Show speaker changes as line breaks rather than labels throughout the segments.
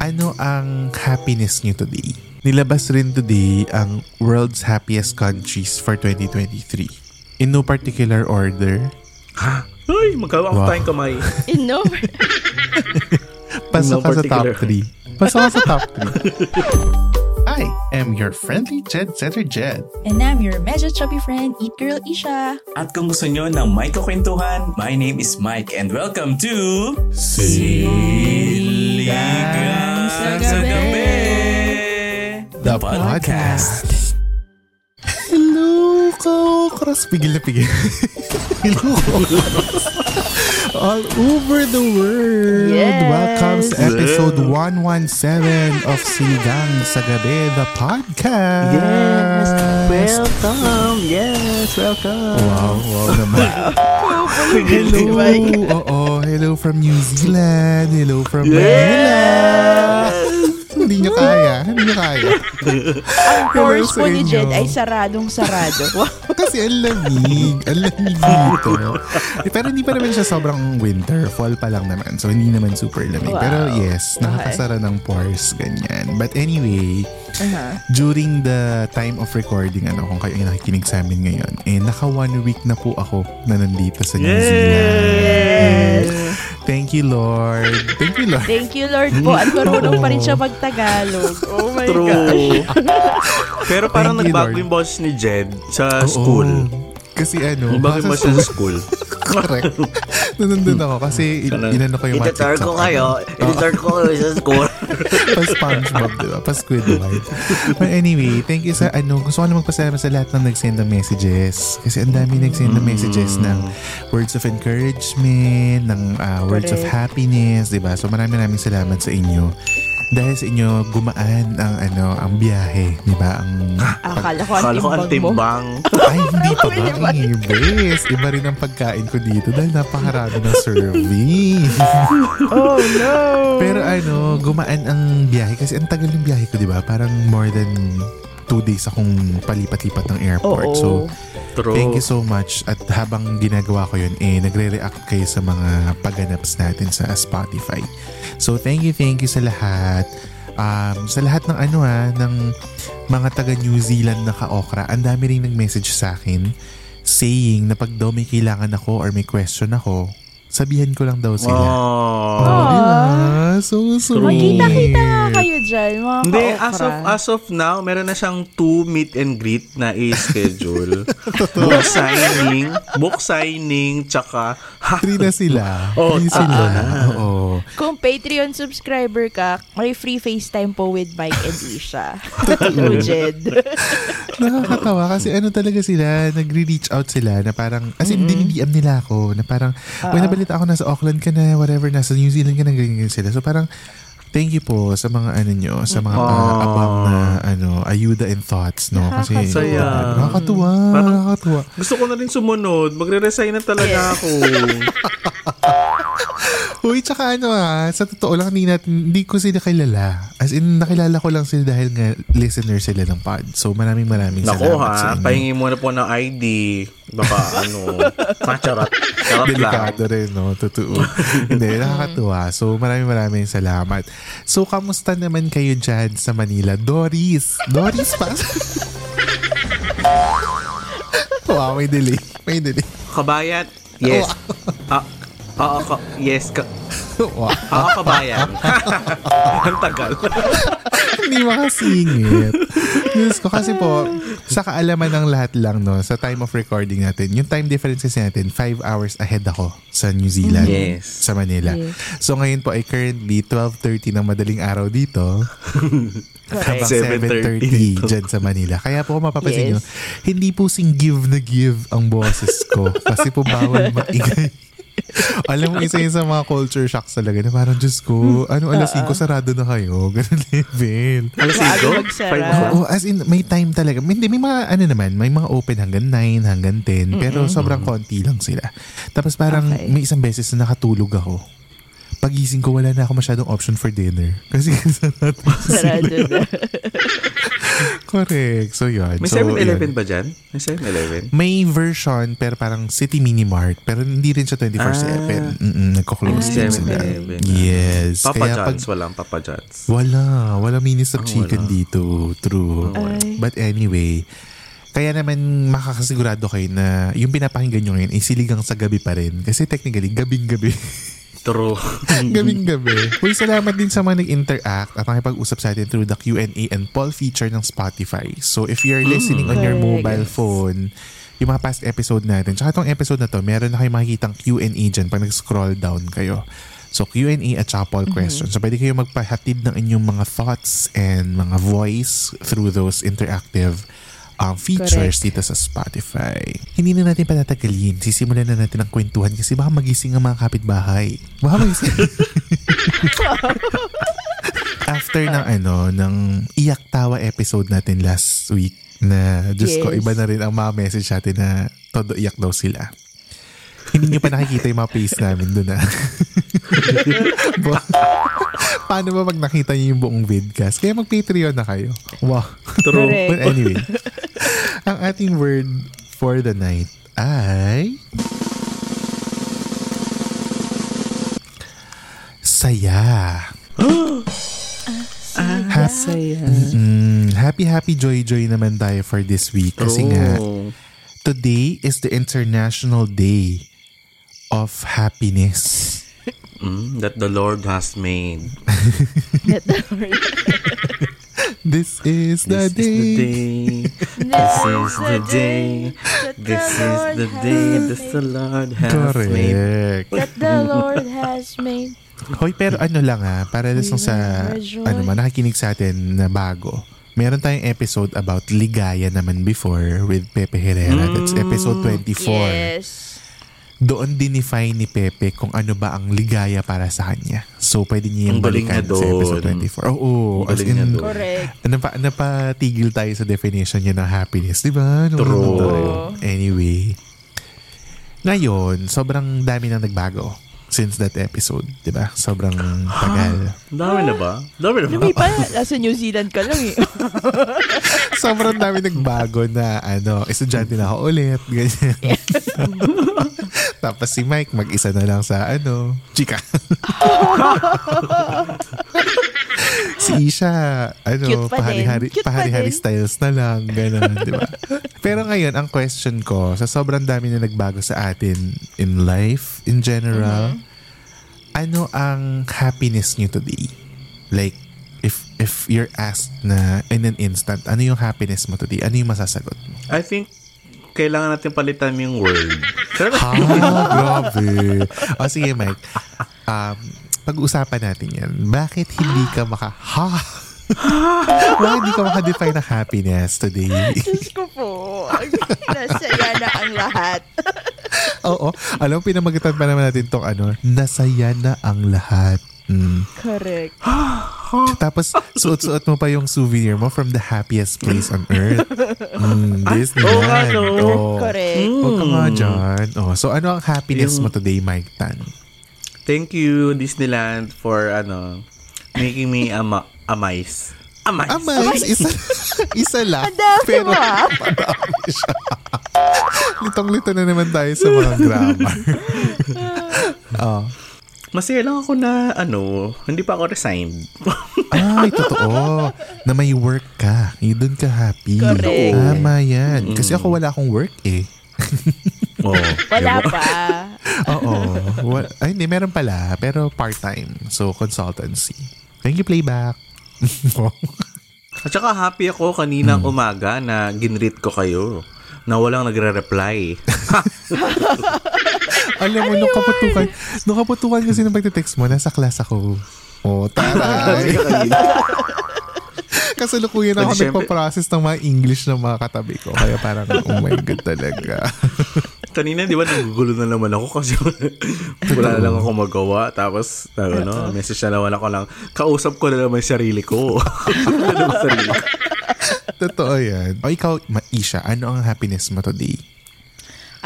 Ano ang happiness niyo today? Nilabas rin today ang World's Happiest Countries for 2023. In no particular order,
Ay, magkawa
Wow.
ko tayong kamay.
In no,
pasok
No
ka sa top
particular.
3. Pasok ka sa top 3. I am your friendly Jed Setter Jed.
And I'm your medyo chubby friend, Eat Girl Isha.
At kung gusto nyo ng may kukwentuhan, my name is Mike and welcome to... Siligang
sa Gabi.
The Hello, Kokros. Pigil na pigil. Hello, Kokros. All over the world.
Yes.
Welcome sa episode 117 of Siligang sa Gabi, the podcast.
Yes, welcome. Yes, welcome.
Wow, wow naman.
Hello.
Hello, oo. oh, Hello from New Zealand. Hello from Manila. Hindi nyo kaya. Hindi nyo kaya.
Ang course
sa
po ni
inyo.
Jed ay saradong sarado. Wow.
Kasi ang lamig. Ang lamig dito. Eh, Pero hindi pa naman siya sobrang winter. Fall pa lang naman. So, hindi naman super lamig.
Wow.
Pero yes, nakakasara ng pores. Ganyan. But anyway, during the time of recording, ano, kung kayo ay nakikinig sa amin ngayon, eh, naka one week na po ako na nandito sa New Zealand. Thank you, Lord. Thank you, Lord.
Thank you, Lord po. At marunong pa rin siya magtagalog. Oh my God.
True. Pero parang
Thank you,
nagbago
Lord.
yung boss ni Jed
Oo.
sa school.
Kasi ano,
Nagbago yung boss niya sa school.
correct. Nandun ako kasi in- inano ko yung mga
Itatar ko
TikTok, ano.
kayo. Itatar ko kayo sa school.
pa Spongebob, di ba? Pa Squidward. But anyway, thank you sa ano. Gusto ko lang magpasalamat sa lahat ng nag-send ng messages. Kasi ang dami nag-send ng messages ng words of encouragement, ng ah, words of
Correct.
happiness, di ba? So maraming maraming salamat sa inyo. Dahil sa inyo gumaan ang ano ang biyahe, di ba? Ang
Akala ko ang
Akala ko ang
timbang mo.
timbang.
ay hindi pa
Pwede
ba
ba?
ang ibis? Iba rin ang pagkain ko dito dahil napakarami ng serving.
Oh no.
Pero ano, gumaan ang biyahe kasi ang tagal ng biyahe ko, 'di ba? Parang more than two days akong palipat-lipat ng airport. So,
Oo.
True.
thank you so much. At habang ginagawa ko yun, eh, nagre-react kayo sa mga paganaps natin sa Spotify. So, thank you, thank you sa lahat. Um, sa lahat ng ano ha, ng mga taga New Zealand na ka-okra, ang dami rin nag-message sa akin saying na pag daw may kailangan ako or may question ako, sabihan ko lang daw sila.
Oh.
Oh, di ba? So sweet.
Magkita-kita kayo dyan, mga
Hindi,
ka-okra.
as of, uh, as of now, meron na siyang two meet and greet na i-schedule. book signing, book signing, tsaka ha,
Three na sila.
Oh,
Three sila. Oo.
Kung Patreon subscriber ka, may free FaceTime po with Mike and Isha. Totoo, Jed.
Nakakatawa kasi ano talaga sila, nagre-reach out sila na parang, as in, dinidm nila ako na parang,
Ah,
well, nabalita ako nasa Auckland ka na, whatever, nasa New Zealand ka na, ganyan ganyan sila. So parang, thank you po sa mga ano nyo, sa mga
Ah.
paabang na ano, ayuda and thoughts, no? Kasi,
Nakakasaya.
nakakatuwa,
Parang-
nakakatuwa.
gusto ko na rin sumunod. Magre-resign na talaga ako.
Uy, tsaka ano ah, sa totoo lang, hindi, natin, hindi ko sila kilala. As in, nakilala ko lang sila dahil nga listener sila ng pod. So, maraming maraming
Nako
salamat sa
ha,
inyo.
pahingi muna po ng ID. Baka ano, macharap.
Ah,
Charap lang.
Delikado rin, no? Totoo. Hindi, nakakatuwa. So, maraming maraming salamat. So, kamusta naman kayo dyan sa Manila? Doris! Doris pa! wow, may delay. May delay.
Kabayat? Yes. Ah, Oo, ka- yes. Ka-
Wow.
Oo, kabayan. Ang tagal.
Hindi makasingit. Diyos ko. Kasi po, sa kaalaman ng lahat lang, no, sa time of recording natin, yung time difference kasi natin, 5 hours ahead ako sa New Zealand.
Yes.
Sa Manila. So ngayon po ay currently 12.30 ng madaling araw dito. Habang 7.30
dito.
dyan sa Manila. Kaya po kung mapapansin
Yes.
nyo, hindi po sing give na give ang boses ko. kasi po bawal maingay. Alam mo, isa yun sa mga culture shocks talaga na parang, Diyos ko, ano, alas 5, sarado na kayo. Ganun level.
Alas
Maaga
5?
magsara.
5 o'clock?
Oo, as in, may time talaga. May- Hindi, may mga, ano naman, may mga open hanggang 9, hanggang 10. Pero sobrang konti lang sila. Tapos parang
Okay.
may isang beses na nakatulog ako. Pagising ko, wala na ako masyadong option for dinner. Kasi sarado.
Sarado na.
Correct. So, yun.
May
so,
7-Eleven
yun.
ba dyan? May 7-Eleven?
May version, pero parang City Mini Mart. Pero hindi rin siya 24-7. Mm-mm, Nagko-close
Ah,
din sila.
7-Eleven.
Yes.
Papa
Kaya pag-
John's, Ah, walang Papa John's.
Wala. Wala mini stop chicken dito. True.
Ah,
Ay.
But anyway, kaya naman makakasigurado kayo na yung pinapakinggan nyo ngayon ay siligang sa gabi pa rin. Kasi technically, gabing-gabi.
True.
gabing-gabi. Uy, salamat din sa mga nag-interact at nakipag-usap sa atin through the Q&A and poll feature ng Spotify. So if you're listening on your
Correct.
mobile phone, yung mga past episode natin. Tsaka itong episode na to, meron na kayo makikitang Q&A dyan pag nag-scroll down kayo. So Q&A at saka
Mm-hmm.
poll questions. So pwede kayo magpahatid ng inyong mga thoughts and mga voice through those interactive um, features
Correct.
dito sa Spotify. Hindi na natin patatagalin. Sisimulan na natin ang kwentuhan kasi baka magising ang mga kapitbahay. Baka magising. After ng ano, ng iyak tawa episode natin last week na Diyos ko,
Yes.
iba na rin ang mga message natin na todo iyak daw sila. Hindi nyo pa nakikita yung mga face namin ah. doon na. Paano ba pag nakita nyo yung buong vidcast? Kaya mag-Patreon na kayo. Wow.
True.
Correct.
But anyway, ang ating word for the night ay... Saya.
Ah.
Mm, happy, happy, joy, joy naman tayo for this week. Kasi nga,
True.
today is the International Day of Happiness.
Mm, that the Lord has made.
This is the day.
This is the day. This is the day. This is the day that the Lord has made.
Correct.
That the Lord has made.
Hoy, pero ano lang ha, para rin sa
rejoice.
ano man, nakikinig sa atin na bago. Meron tayong episode about ligaya naman before with Pepe Herrera. That's episode 24.
Yes.
Doon dinify ni Pepe kung ano ba ang ligaya para sa kanya. So, pwede niya yung
Ang galing
balikan
niya
sa episode
doon.
24. Oo,
Ang
as
galing niya
in,
doon.
Correct.
napa, napatigil tayo sa definition niya ng happiness. Di ba? Nung
True.
nandun tayo. Anyway. Ngayon, sobrang dami nang nagbago since that episode. Di ba? Sobrang
Ah.
tagal.
Dami na ba? Dami na ba?
Lumi pa, nasa New Zealand ka lang eh.
sobrang dami nagbago na ano, estudyante na ako ulit. Ganyan. Tapos si Mike, mag-isa na lang sa ano, chika. si Isha, ano,
Cute pa din.
pahari-hari,
Cute pa
pahari-hari
din.
styles na lang. Ganun, di ba? Pero ngayon, ang question ko, sa sobrang dami na nagbago sa atin in life, in general,
Mm-hmm.
ano ang happiness niyo today? Like, if if you're asked na in an instant, ano yung happiness mo today? Ano yung masasagot mo?
I think kailangan natin palitan yung word.
Ah, grabe. O sige, Mike. Um, pag-uusapan natin yan. Bakit hindi ka maka... Ha? Bakit hindi ka maka-define ng happiness today?
Diyos ko po. Nasaya na ang lahat.
Oo. Alam, mo, pinamagitan pa naman natin tong ano, nasaya na ang lahat. Mm.
Correct.
Tapos, suot-suot mo pa yung souvenir mo from the happiest place on earth. Mm, this
Ah, Oo
naman.
nga, no?
Oo.
Correct.
Huwag ka
Mm.
nga dyan. Oh, so, ano ang happiness mo today, Mike Tan?
Thank you, Disneyland, for ano, making me ama amice. Amice.
Ah, Mike, isa, isa lang.
Ang dami
pero,
mo ah.
litong-lito na naman tayo sa mga grammar. oh.
Masaya lang ako na, ano, hindi pa ako resigned.
Ay, totoo. Na may work ka. Yun doon ka happy.
Correct. Mm.
Tama yan. Kasi ako wala akong work eh.
Oo.
Wala
diba?
pa.
Oo. Wa- Ay, hindi. Meron pala. Pero part-time. So, consultancy. Thank you, playback.
At saka happy ako kaninang umaga na ginreet ko kayo na walang nagre-reply.
Alam mo,
Ano
nung kaputukan, nung kaputukan kasi nung pagte-text mo, nasa class ako. Oh, taray. Kasalukuyan ako
Pwede syempre-
nagpa-process ng mga English ng mga katabi ko. Kaya parang, oh my God talaga.
Kanina, di ba, nagugulo na naman ako kasi wala na lang ako magawa. Tapos, ano, message na naman ako lang, kausap ko na naman yung sarili ko. Kausap ko na naman yung sarili ko.
Totoo yan. O ikaw, Maisha, ano ang happiness mo today?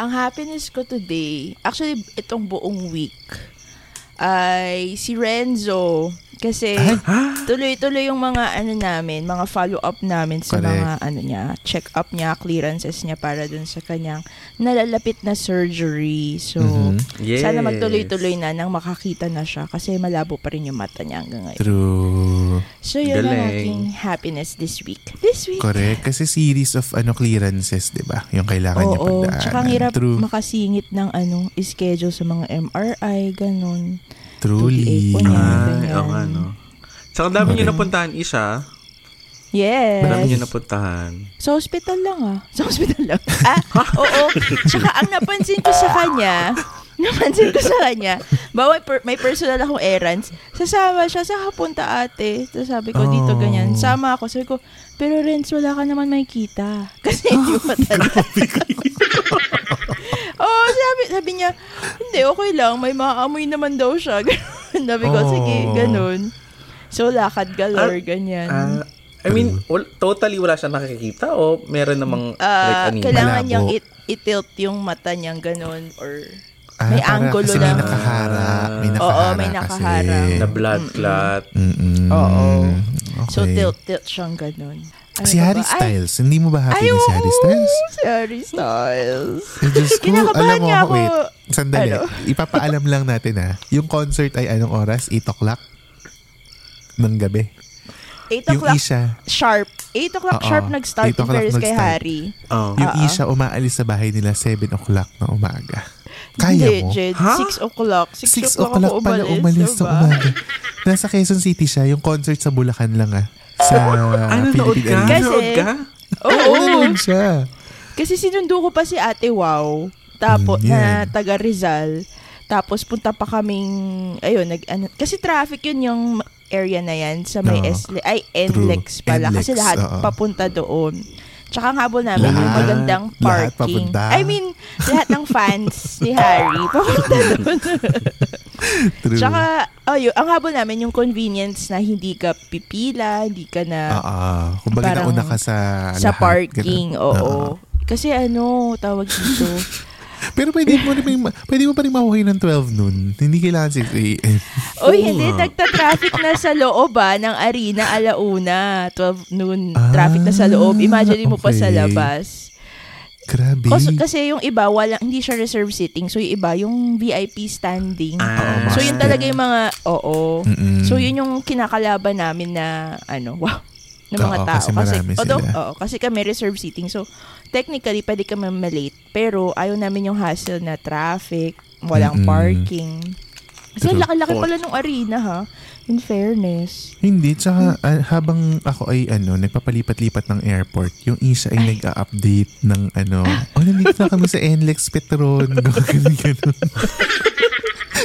Ang happiness ko today, actually, itong buong week, ay si Renzo. Kasi tuloy-tuloy yung mga ano namin, mga follow-up namin sa
Correct.
mga ano niya, check-up niya, clearances niya para dun sa kanyang nalalapit na surgery. So,
Yes.
sana magtuloy-tuloy na nang makakita na siya kasi malabo pa rin yung mata niya hanggang ngayon.
True.
So, yun ang
Galing.
aking happiness this week. This week.
Correct. Kasi series of ano clearances, di ba? Yung kailangan niya
Oo,
pagdaanan.
tsaka ang hirap
True.
makasingit ng ano, schedule sa mga MRI, ganun.
Truly.
2DA po niya.
Ah,
Ay,
Ganyan.
oo nga, no. Tsaka ang dami nyo napuntahan, Isha. Ang dami nyo
Yes.
napuntahan.
Sa hospital lang ah. Sa hospital lang. Ah, oo. Tsaka ang napansin ko sa kanya, napansin ko sa kanya, bawal per- may personal akong errands. Sasama siya, sa punta ate? Tapos sabi ko, dito
Oh.
ganyan. Sama ako. Sabi ko, pero Renz, wala ka naman makikita. Kasi hindi mo matanda. Oo, sabi, sabi niya, hindi, okay lang. May maamoy naman daw siya. Ganun. sabi ko, sige,
Oh.
ganun. So, lakad galore, ganyan.
Ah, I mean, wal- totally wala siya nakikita o meron namang like
Ah,
ano anime?
kailangan
ano Malabo.
niyang it- itilt yung mata niyang ganun or
Ah,
may
para
angulo
kasi may
lang.
nakahara. May
Oo,
nakahara
may
kasi.
nakahara.
Na blood clot.
Mm-mm.
Oo.
Okay.
so tilt-tilt siyang ganun. Ano
Si
ba
Harry
ba?
Styles. Hindi mo ba
Ay,
happy na
ay,
si
oo,
Harry Styles?
Si Harry Styles.
Eh, Diyos ko,
Kinakabahan
alam mo,
nga ako.
wait. Sandali.
Ano?
Ipapaalam lang natin ha. Yung concert ay anong oras? 8 o'clock? Ng gabi.
8
Yung
o'clock
Isha.
sharp. 8 o'clock
Oo,
sharp
8
nag-start yung
o'clock
Ferris kay
nag-start.
Harry.
Oh.
Yung
Oo.
Isha umaalis sa bahay nila 7 o'clock na umaga. Kaya
Hindi,
mo?
Jed.
Ha?
6 o'clock.
6
6, o'clock,
o'clock
ako
pala umalis
diba?
sa umaga. Nasa Quezon City siya. Yung concert sa Bulacan lang ah. Sa Ah,
Ano, nanood
Philippine
ka?
Arena.
Kasi-
Nanood ka?
Oo.
Nanonood siya.
Kasi sinundo ko pa si Ate Wow, tapos
Mm, yan.
na taga Rizal. Tapos punta pa kaming ayun nag ano, kasi traffic yun yung area na yan sa may
Oo.
Esle ay
Ah. True.
NLEX pala kasi
NLEX,
lahat
oo.
papunta doon. Tsaka ang habol namin yung
ah. Lahat.
magandang
Lahat
parking.
papunta.
I mean, lahat ng fans ni Harry papunta doon.
True.
Tsaka, ayun, ang habol namin yung convenience na hindi ka pipila, hindi ka na
Ah, kung baga
Parang
nauna ka sa
sa
lahat,
parking.
ganun. Ah,
Oo.
Oo.
Kasi ano, tawag dito.
Pero pwede mo, rin, pwede mo pa rin mahuhay ng 12 noon. Hindi kailangan eh, 6 a.m.
Uy, hindi. Nagta-traffic na sa loob ah, ng arena alauna. 12 noon,
Ah,
traffic na sa loob. Imagine mo pa sa
okay.
labas.
Grabe.
Oh, Kasi, kasi yung iba, wala, hindi siya reserve seating. So, yung iba, yung VIP standing.
Ah.
so, yun talaga yung mga, oo.
Mm-mm.
So, yun yung kinakalaban namin na, ano, wow ng mga
Oo,
tao.
kasi marami sila.
although, oo, kasi kami reserve seating. So, technically, pwede kami malate. Pero, ayaw namin yung hassle na traffic, walang
Mm-mm.
parking. Kasi
True.
laki-laki pala nung arena, ha? In fairness.
Hindi, tsaka ah, habang ako ay ano, nagpapalipat-lipat ng airport, yung isa ay nag-update ng ano, oh, nandito na kami sa NLEX Petron, ganun, ganun.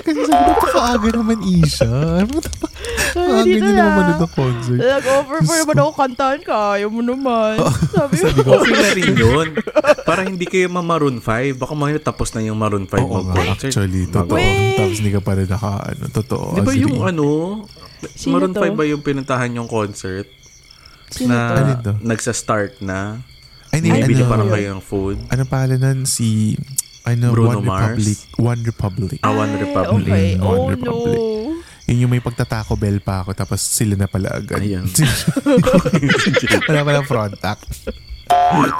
Kasi sabi ko, pakaaga naman Isha. Ano ba?
So,
Pakaaga
dito
niyo naman
na.
na concert.
Nag-offer pa
Diyos
naman
ko.
ako kantahan ka. Ayaw mo naman. Sabi,
Sabi ko,
Okay na rin yun. Para hindi kayo ma-Maroon 5. Baka mga tapos na yung Maroon 5
Oo nga,
mag-concert.
actually, totoo.
Wait.
Tapos hindi ka pa rin naka, ano, totoo.
Diba? Di ba
Sige.
yung ano,
Sino
Maroon
to?
5 ba yung pinuntahan yung concert?
Sino
na
Ano to?
nagsa-start na.
Ay, hindi,
May bili
ano,
parang kayo ng food.
ano pala nun, si, ano,
Bruno
One
Mars?
Republic. One Republic.
Ah, One Republic.
okay.
One
Oh,
Republic.
no.
Yun yung may pagtatako bell pa ako tapos sila na pala agad.
Ayan.
Wala palang front act. But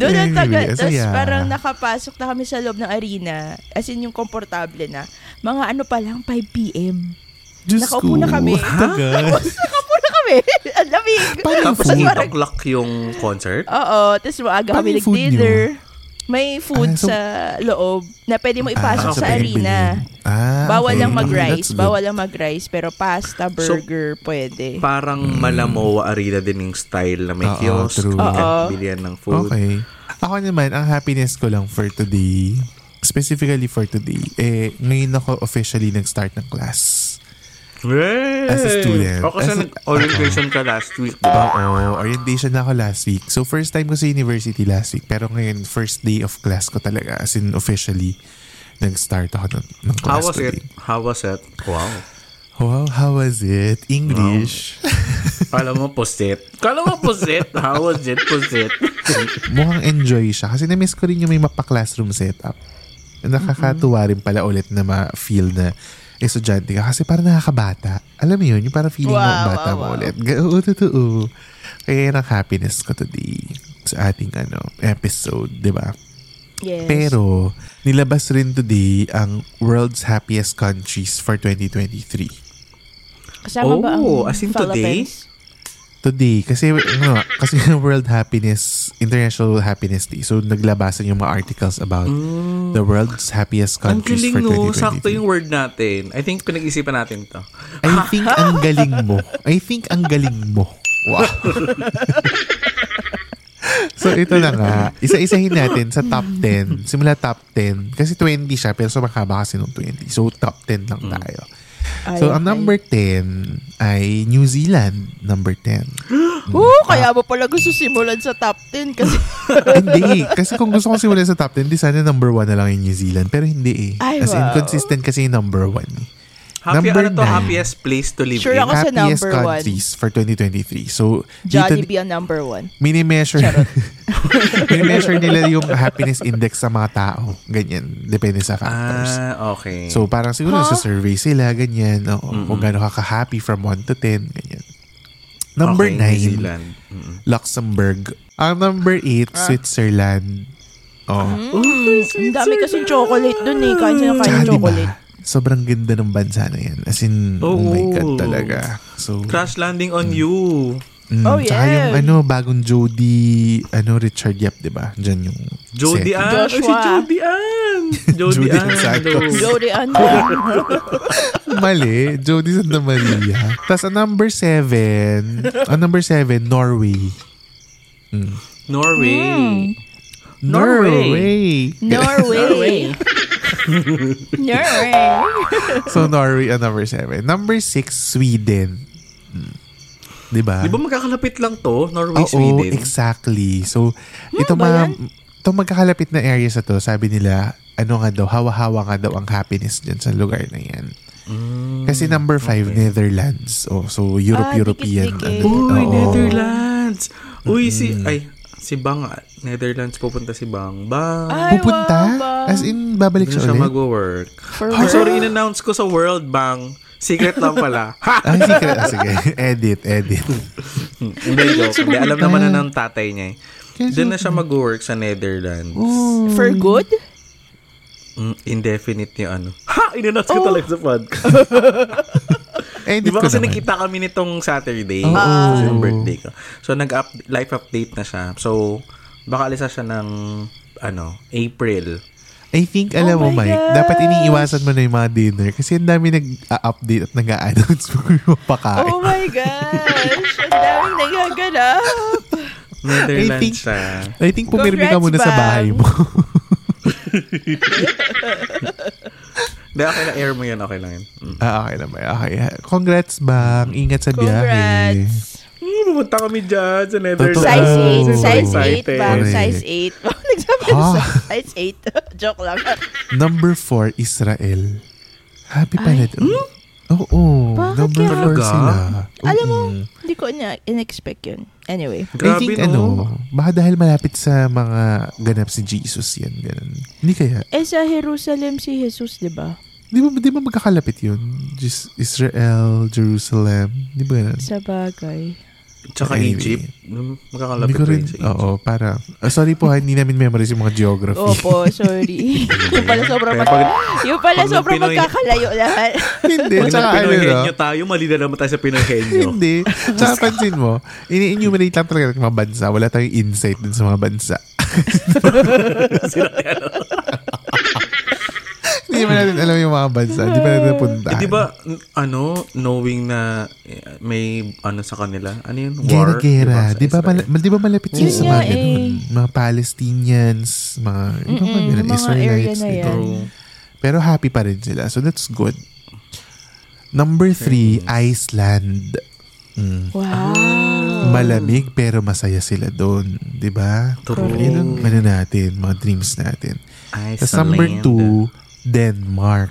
Doon ang tagal.
anyway, so
Tapos
yeah.
parang nakapasok na kami sa loob ng arena. As in yung komportable na. Mga ano pa lang, 5 p.m.
Diyos
nakaupo
ko.
na kami.
Ang Tagal.
Nakaupo na kami. ang lamig.
Parang
Tapos
food.
8 o'clock yung concert.
Oo. Tapos maaga
Paano
kami
yung food
nag-dinner. May food
Ah, so-
sa loob na pwede mo ipasok
Ah,
sa
pwede
arena.
bilhin. Ah,
Bawal
okay.
lang
That's
mag-rice.
good.
Bawal lang mag-rice. Pero pasta,
So-
burger, pwede.
Parang Malamoa Arena din yung style na may
Oo,
kiosk.
Mm. Ah, true.
Oo.
Bilian ng food.
Okay. Ako naman, ang happiness ko lang for today, specifically for today, eh, ngayon ako officially nag-start ng class. As a student.
O kasi
As a-
nag-orientation ka last week. di ba?
Oo, orientation na ako last week. So, first time ko sa university last week. Pero ngayon, first day of class ko talaga. As in, officially, nag-start ako ng, ng
How
class
was
ko
it?
din.
How was it? Wow.
Wow, how was it? English.
Kala mo pusit. Kala mo pusit. How was it? Pusit.
Mukhang enjoy siya. Kasi na-miss ko rin yung may mapa-classroom setup. Nakakatuwa rin pala ulit na ma-feel na estudyante ka. Kasi parang nakakabata. Alam mo yun, yung parang feeling mo ang
Wow,
bata
wow,
mo
wow.
ulit. Ga- Oo, totoo. Kaya yun ang happiness ko today sa ating ano episode, di ba?
Yes.
Pero, nilabas rin today ang World's Happiest Countries for 2023.
Kasama ba ang
Oh, as in today?
Philippines?
Today, kasi, ano, kasi World Happiness, International Happiness Day. So, naglabasan yung mga articles about the world's happiest
Mm. Ang
countries
galing
for
no. Sakto
2023.
yung word natin. I think pinag-isipan natin to.
I think ang galing mo. I think ang galing mo. Wow. so, ito na nga. Isa-isahin natin sa top 10. Simula top 10. Kasi 20 siya, pero sumakaba kasi nung 20. So, top 10 lang
Mm.
tayo. So,
Ay,
ang
ay.
number 10 ay New Zealand, number Ah, 10.
Oo, kaya mo pala gusto simulan sa top 10 kasi...
hindi. eh. Kasi kung gusto kong simulan sa top 10, di sana number 1 na lang yung New Zealand. Pero hindi eh.
Ay,
As in,
wow.
consistent kasi yung number 1. Eh.
Happy,
Number
ano to?
nine.
Happiest place to live
Sure
in.
ako. sa
Happiest
number one.
countries for 2023. So, dito,
Jollibee ang number one.
mini-measure, mini-measure nila yung happiness index sa mga tao. Ganyan. Depende sa factors.
Ah, okay.
So, parang siguro sa survey sila, ganyan. Oo, Kung gano'n ka happy from 1 to 10, ganyan. Number 9,
okay, New Zealand. Mm-mm.
Luxembourg. Ang number 8,
Ah.
Switzerland. Oh.
Ang dami kasing chocolate dun eh. Kain sila kain ng
Tsaka, diba,
chocolate.
sobrang ganda ng bansa na yan. As in, oh,
Oo.
my God talaga. So,
Crash landing on you.
mm,
Oh,
tsaka
yeah.
yung ano, bagong Jody, ano, Richard Yap, di ba? Diyan yung
Jody
second.
Ann. Ay, si
Joshua.
Jody Ann. Jody,
Jody
Ann.
Santos.
Hello.
Jody ano? Anna.
Mali, Jody Santa Maria. Tapos ang number seven, ang number seven, Norway.
Norway.
Mm. Norway.
Norway.
Norway. Norway.
so, Norway ang number seven. Number six, Sweden. Mm. Di ba?
Di ba magkakalapit lang to? Norway,
Oo,
Sweden. Hmm, ano
exactly. So, ito
ba
ma
yan?
ito magkakalapit na area sa to, sabi nila, ano nga daw, hawa-hawa nga daw ang happiness dyan sa lugar na yan.
Hmm.
Kasi number five, Netherlands. Oh, so, Europe,
Ah,
European.
dikit-dikit.
ano,
Uy,
oo.
Netherlands. Uy, si... Ay, si Bang. ah, Netherlands pupunta si Bang. Bang.
Ay,
Pupunta?
wow,
As in, babalik
Doon
siya
siya
ulit?
mag-work.
For
Ay,
work.
sorry, in-announce ko sa World Bang. Secret lang pala. Ha!
Ah, secret. Ah, sige. edit, edit.
Hindi, joke. Hindi, alam naman na ng tatay niya eh. Doon na siya mag-work sa Netherlands.
Oh.
For good?
Mm, indefinite yung ano. Ha! In-announce
Oh.
ko talaga sa podcast.
Edit
Di ba
ko
kasi
naman.
nakita kami nitong Saturday.
Oo.
Kasi yung birthday ko. So, nag-up, life update na siya. So, baka alisa siya ng, ano, April.
I think, alam mo,
Oh my
Mike,
gosh.
dapat iniiwasan mo na yung mga dinner kasi ang dami nag-update at nag-a-announce mo yung pakain.
Oh my gosh. Ang daming nagaganap.
I
Netherlands
think-
siya.
I think pumirmi ka
Congrats,
muna sa
Bang.
bahay mo.
Hindi, okay na. Air mo yun. Okay lang yun. Mm.
ah, okay naman. Okay. Congrats, Bang. Ingat sa biyahe.
Congrats.
Mm, pumunta kami dyan sa
Totoo.
Netherlands.
Size 8.
Oh.
Size 8
Excited.
bang?
Correct. Ah.
Size 8. Bakit nagsabi ako
Ha?
sa- size 8? Joke lang.
Number 4, Israel. Happy pala doon. Oo.
Bakit
number
kaya? Mm.
4
Talaga?
sila.
Alam mo,
Mm-mm.
hindi ko na in-expect yun. Anyway.
I think
no?
ano, baka dahil malapit sa mga ganap si Jesus yan. Ganun. Hindi kaya.
Eh sa Jerusalem si Jesus, di ba?
Di ba, di ba magkakalapit yun? Just Israel, Jerusalem. Di ba ganun?
Sa bagay.
Tsaka
Anyway.
Egypt. Mm,
Hindi
Magkakalapit
ko
ko
rin,
sa Egypt.
oo, para. ah, sorry po ha, hindi namin memorize yung mga geography.
Opo, sorry. yung pala sobrang,
Kaya
mag-
pag-
yung pala
pag nung
sobrang
Pinoy-
magkakalayo lahat.
hindi,
Pag
"Ah, tsaka ano, no?
Pinoyhenyo tayo, mali na naman tayo sa Pinoyhenyo.
Hindi. Tsaka pansin mo, ini-enumerate lang talaga ng mga bansa. Wala tayong insight dun sa mga bansa. Hindi ba natin alam yung mga bansa? Hindi ba natin napuntahan?
Eh, di ba, n- ano, knowing na eh, may ano sa kanila, ano yun? War?
Gera-gera.
sa
Di ba,
Israel?
mal- di ba malapit sila
Yun
sa
nga
mga ganun?
eh.
Mga Palestinians, mga, di ba mga
Mm-mm,
ganun,
yung mga area
Israelites.
na
di ba?
yan.
True.
Pero happy pa rin sila. So that's good. Number three, Iceland. Mm.
Wow.
Malamig pero masaya sila doon. Di ba?
True.
Yun ang ano natin, mga dreams natin.
Iceland.
Tapos number two, Denmark.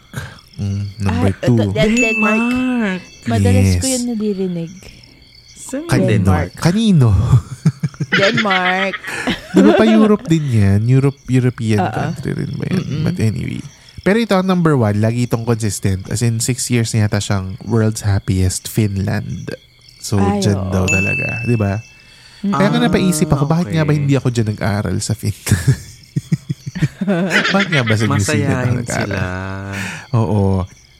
Mm, number
Ah,
two.
th- that- Denmark.
Denmark.
Madalas ko
Yes.
yun naririnig.
Saan
Kanino?
yun?
Denmark.
Kanino?
Denmark.
Di ba pa Europe din yan? Europe, European
Oo.
country rin ba yan? But anyway. Pero ito, number one, lagi itong consistent. As in, six years na yata siyang world's happiest Finland. So,
Ay,
dyan
oo.
daw talaga. Di ba? Kaya nga napaisip ako, bakit nga ba
Ah, okay.
hindi ako dyan nag-aral sa Finland? bakit nga ba sa New Zealand ako
Masayahin
nag-aral?
sila.
Oo.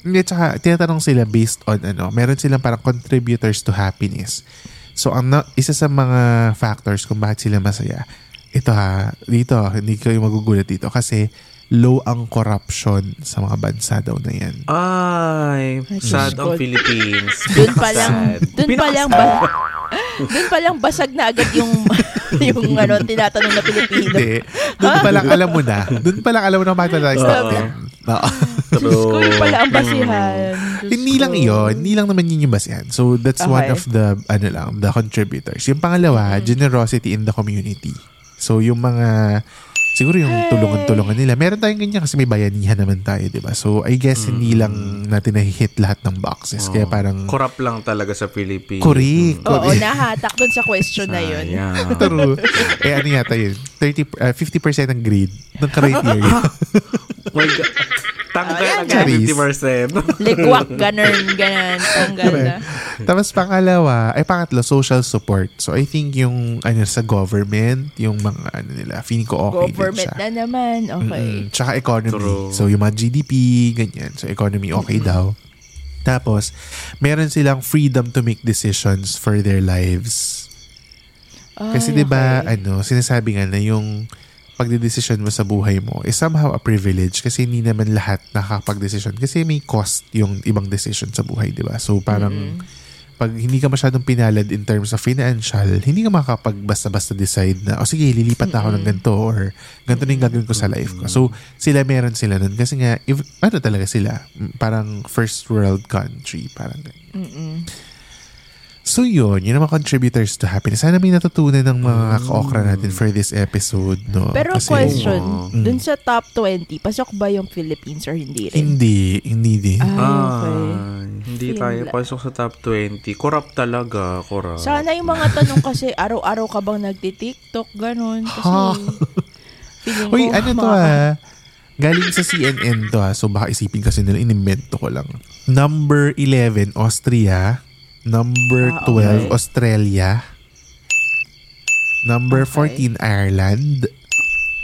Hindi, tsaka tinatanong sila based on ano, meron silang parang contributors to happiness. So, ang na- isa sa mga factors kung bakit sila masaya, ito ha, dito, hindi kayo magugulat dito kasi low ang corruption sa mga bansa daw na yan.
Ay,
Ay,
sad ang
God.
Philippines.
Doon pa lang,
Sad.
doon pa lang ba? Doon pa lang basag na agad yung yung ano tinatanong na Pilipino.
Hindi. Doon pa lang alam mo na. Doon pa lang alam mo na bakit matatalis
Oo.
natin. Oo.
Diyos ko, yun pala ang
True.
basihan. Diyos
Hindi
ko.
lang yon Hindi lang naman yun yung basehan. So, that's one
Okay. Mm-hmm.
of the, ano lang, the contributors. Yung pangalawa, generosity in the community. So, yung mga, siguro yung tulungan-tulungan nila. Meron tayong ganyan kasi may bayanihan naman tayo, di ba? So, I guess hindi lang natin nahihit lahat ng boxes. Kaya parang,
Corrupt lang talaga sa Philippines.
correct.
Oo,
correct.
nahatak doon sa question na yun.
Sayang.
True. eh, ano yata yun? 30, ah, 50% ang grade ng criteria.
My God. Tanggal na kaya
Ayan,
Charis.
50%.
Likwak, ganun, ganun. Tanggal na.
Diba? Tapos pangalawa, ay pangatlo, social support. So I think yung ano sa government, yung mga ano nila, feeling ko okay din
Government
siya.
na naman. Okay.
Mm-mm. Tsaka economy.
True.
So yung mga GDP, ganyan. So economy okay daw. Tapos, meron silang freedom to make decisions for their lives. Kasi
Ay,
'di ba,
okay.
ano, sinasabi nga na yung pagdedesisyon mo sa buhay mo is somehow a privilege kasi hindi naman lahat nakakapag-desisyon kasi may cost yung ibang decision sa buhay, 'di ba? So parang pag hindi ka masyadong pinalad in terms of financial, hindi ka makakapag basta-basta decide na, o sige, lilipat na ako ng ganito or ganito na yung gagawin ko sa life ko. So, sila meron sila nun kasi nga, if, ano talaga sila? Mm, Parang first world country, parang ganyan. So yun, yun ang mga contributors to happiness. Sana may natutunan ng mga ka-okra natin for this episode, no?
Pero
Kasi-
question,
Mm.
dun sa top 20, pasok ba yung Philippines or hindi rin?
Hindi, hindi din.
Ah,
Ah,
okay.
hindi
Yun
tayo
lang.
pasok sa top 20. Corrupt talaga, corrupt.
Sana yung mga tanong kasi, araw-araw ka bang nagti-TikTok, ganun.
Ha?
Kasi, feeling ko,
Uy, ano to
mga-
ah? Galing sa CNN to ah. So baka isipin kasi nila, inimbento ko lang. Number 11, Austria. Number
Ah,
12,
okay.
Australia. Number
Okay.
14, Ireland.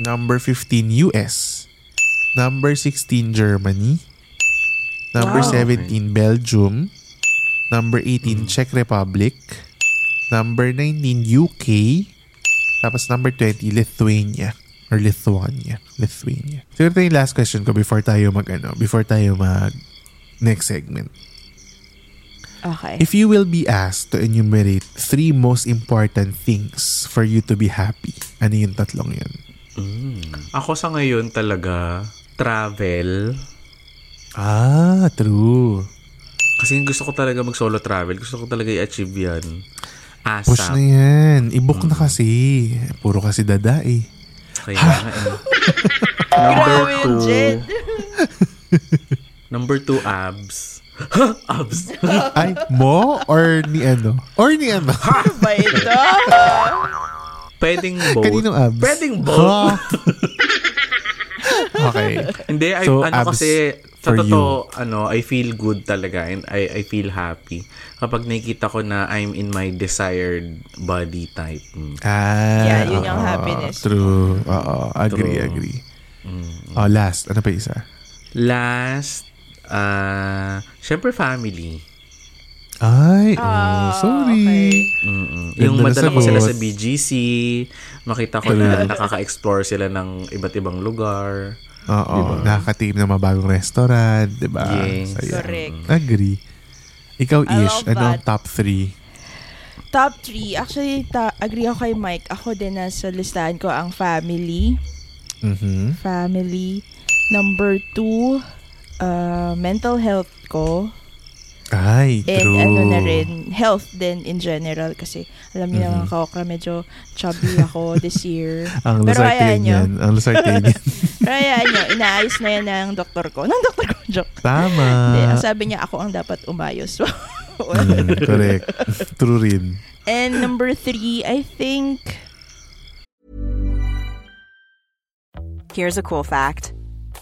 Number 15, US. Number 16, Germany. Number
Wow.
17, Belgium. Number 18, Czech Republic. Number 19, UK. Tapos number 20, Lithuania. Or Lithuania. Lithuania. Siguro ito yung last question ko before tayo mag, ano, before tayo mag next segment.
Okay.
ah? If you will be asked to enumerate three most important things for you to be happy, ano yung tatlong yun?
Ako sa ngayon talaga, travel.
Ah, true.
Kasi gusto ko talaga mag-solo travel. Gusto ko talaga i-achieve yan.
Push na
ASAP.
yan. I-book na kasi. Puro kasi dada eh.
Kaya nga eh. Number
oh,
Grabe yun,
two.
Jed.
Number two, abs. abs.
Ay, mo or ni ano? Or ni ano?
Ano ba ito?
Pwedeng both.
Kaninong abs?
Pwedeng
Ha?
both.
okay.
Hindi, I,
So,
ano
abs
kasi, sa
for
totoo, ano, I feel good talaga and I, I feel happy kapag nakikita ko na I'm in my desired body type. Mm.
Ah,
Yeah, yun yung
oo.
happiness.
True. Oo, agree,
True. Mm-hmm.
agree. Oh, last. Ano pa isa?
Last, ah, syempre family.
Ah,
Ay, oh, sorry.
Mm-mm.
Ganda
Yung
na
madala ko sila sa
sagot.
BGC, makita ko na nakaka-explore sila ng iba't ibang lugar.
Oo, nakakatim ng mga bagong restaurant, di ba?
Diba? Yes.
Sayang.
Correct.
Agree. Ikaw,
I
Ish,
love
ano ang
that.
top 3?
Top 3. Actually, ta- agree ako kay Mike. Ako din nasa listahan ko ang family.
Mhm.
Family. Number 2, uh, mental health ah, ko.
Ay,
And
true. Mm-hmm.
ano na rin, health din in general. Kasi alam niyo naman kaokra, medyo chubby ako this year.
Ang
Pero
Lusartinian.
hayaan nyo.
yan. Ang Lusartinian.
Pero hayaan nyo, inaayos na yan ng doktor ko. Ng doktor ko, joke.
Tama.
Hindi, ang sabi niya ako ang dapat umayos.
Mm, correct. True rin.
And number three, I think,
Here's a cool fact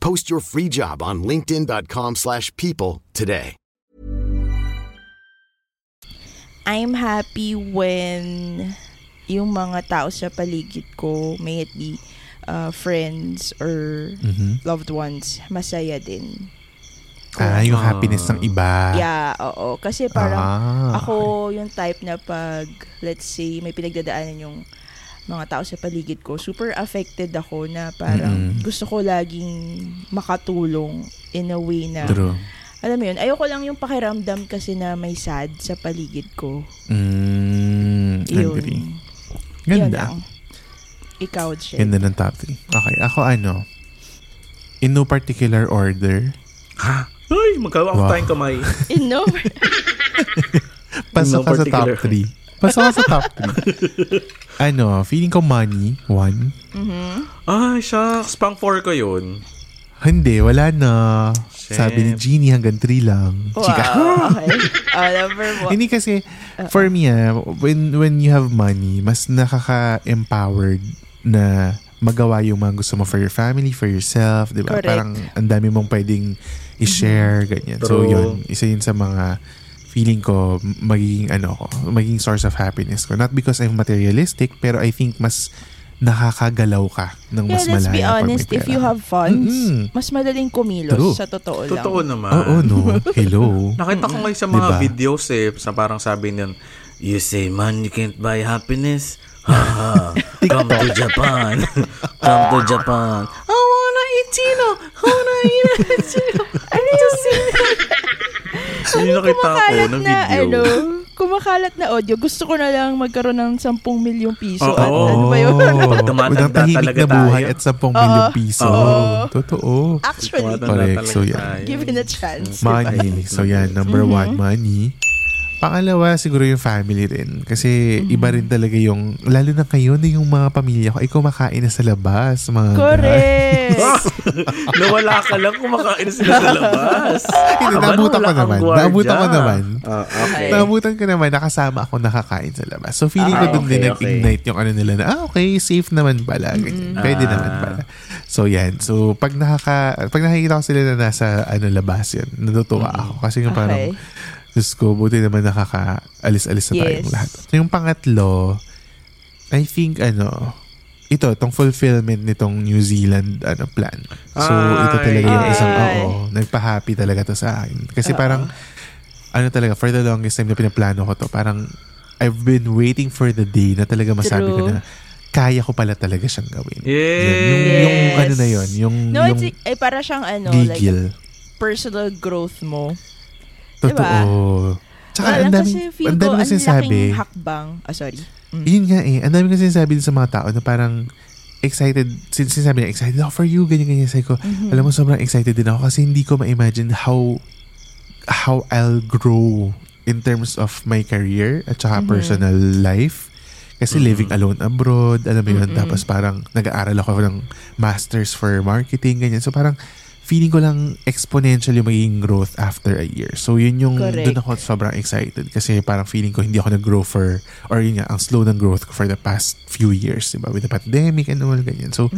Post your free job on linkedin.com/people slash people today.
I'm happy when yung mga tao sa paligid ko, may it be uh, friends or
Mm-hmm.
loved ones, masaya din.
Ah, yung happiness ng iba.
ano. Yeah, oo. Kasi parang
Ah,
ako yung type na pag, let's say, may pinagdadaanan yung mga tao sa paligid ko, super affected ako na parang
Mm-mm.
gusto ko laging makatulong in a way na,
True.
alam mo yun, ayoko lang yung pakiramdam kasi na may sad sa paligid ko.
Mm,
Yun.
agree.
Yun
Ganda.
lang. Ikaw, Jay.
Ganda ng top three. Okay, ako ano? In no particular order.
Ha? Ay, magkawak
Wow.
tayong kamay.
In no,
Pasok
no
ka sa top
particular.
3. Pasok ka sa top 3. ano, feeling ko money, one.
Ay, shucks. Pang four ko yun.
Hindi, wala na. Sabi ni Jeannie, hanggang 3 lang. Chika.
wow. Okay. Oh, number one.
Hindi kasi,
uh-uh.
for me ah, when, when you have money, mas nakaka-empowered na magawa yung mga gusto mo for your family, for yourself, di ba?
Correct. Mm-hmm.
Parang ang dami mong pwedeng i-share, ganyan. So
True.
yun, isa yun sa mga feeling ko magiging ano ko, magiging source of happiness ko. Not because I'm materialistic, pero I think mas nakakagalaw ka ng
Yeah,
mas malaya.
let's
pag
be
may
honest, if
pera.
you have funds,
Mm-mm.
mas madaling kumilos
True.
sa totoo lang.
Totoo naman.
Oo, no. Hello.
Nakita ko ngayon sa mga
Diba?
videos eh, sa parang sabi nun, You say man, you can't buy happiness? Haha, come to Japan. come to Japan. I wanna eat Chino. I wanna eat Chino.
Ano yung
Yun yung nakita ko
Ano kumakalat
ng
na,
video.
ano, kumakalat na audio. Gusto ko na lang magkaroon ng 10 milyong piso.
Oo.
At ano
Oh.
ba yun?
Oo.
Pag tumatanda
Walang tahimik
talaga
na buhay
tayo.
at 10 milyong piso.
Oo.
Totoo.
Actually,
Tumatanda
Correct.
talaga
So, yeah.
tayo.
given a
Mm.
chance.
Money.
diba?
So yan, number
Mm-hmm.
one, money. Pangalawa, siguro yung family rin. Kasi
Mm-hmm.
iba rin talaga yung, lalo na kayo na yung mga pamilya ko ay kumakain na sa labas. Mga
Correct.
Nawala ka lang, kumakain sila sa labas.
Hindi,
Aba,
naabutan
nawala
ko
kang
naman.
gwardiya.
Naabutan ko naman.
Ah, okay.
Naabutan ko naman, nakasama ako nakakain sa labas. So feeling
Ah,
ko doon din
okay,
nag-ignite yung ano nila na, ah okay, safe naman pala. Ganyan. Pwede
Ah.
naman pala. So yan. So pag nakaka, pag nakikita ko sila na nasa ano, labas yun, natutuwa
Mm-hmm.
ako. Kasi yung parang,
Okay.
Diyos ko, buti naman nakakaalis-alis na tayong
Yes.
lahat. So yung pangatlo, I think ano, ito, tong fulfillment nitong New Zealand ano plan. So, ito talaga yung
Ay.
isang, oo, nagpa-happy talaga to sa akin. Kasi parang, ano talaga, for the longest time na pinaplano ko to, parang, I've been waiting for the day na talaga masabi ko
True.
na, kaya ko pala talaga siyang gawin.
Yes.
Yun, Yung, yung
Yes.
ano na yun, yung,
No,
yung
it's ay, para siyang ano, like
gigil.
personal growth mo. diba?
Totoo. Tsaka,
Wala
ang
lang
dami,
kasi feel
ang
ko,
dami
ang
kasi sabi.
laking hakbang. Ah, sorry.
Yun nga eh. Ang dami kasi sinasabi din sa mga tao na parang excited, sin- sinasabi niya, excited ako for you, ganyan-ganyan. Sabi ko,
Mm-hmm.
alam mo, sobrang excited din ako kasi hindi ko ma-imagine how how I'll grow in terms of my career at saka personal life. Kasi living alone abroad, alam mo yun, tapos parang nag-aaral ako ng masters for marketing, ganyan. So parang feeling ko lang exponential yung magiging growth after a year. So, yun yung
Correct.
doon ako sobrang excited kasi parang feeling ko hindi ako nag-grow for, or yun nga, ang slow ng growth ko for the past few years, diba? With the pandemic and all, ganyan. So,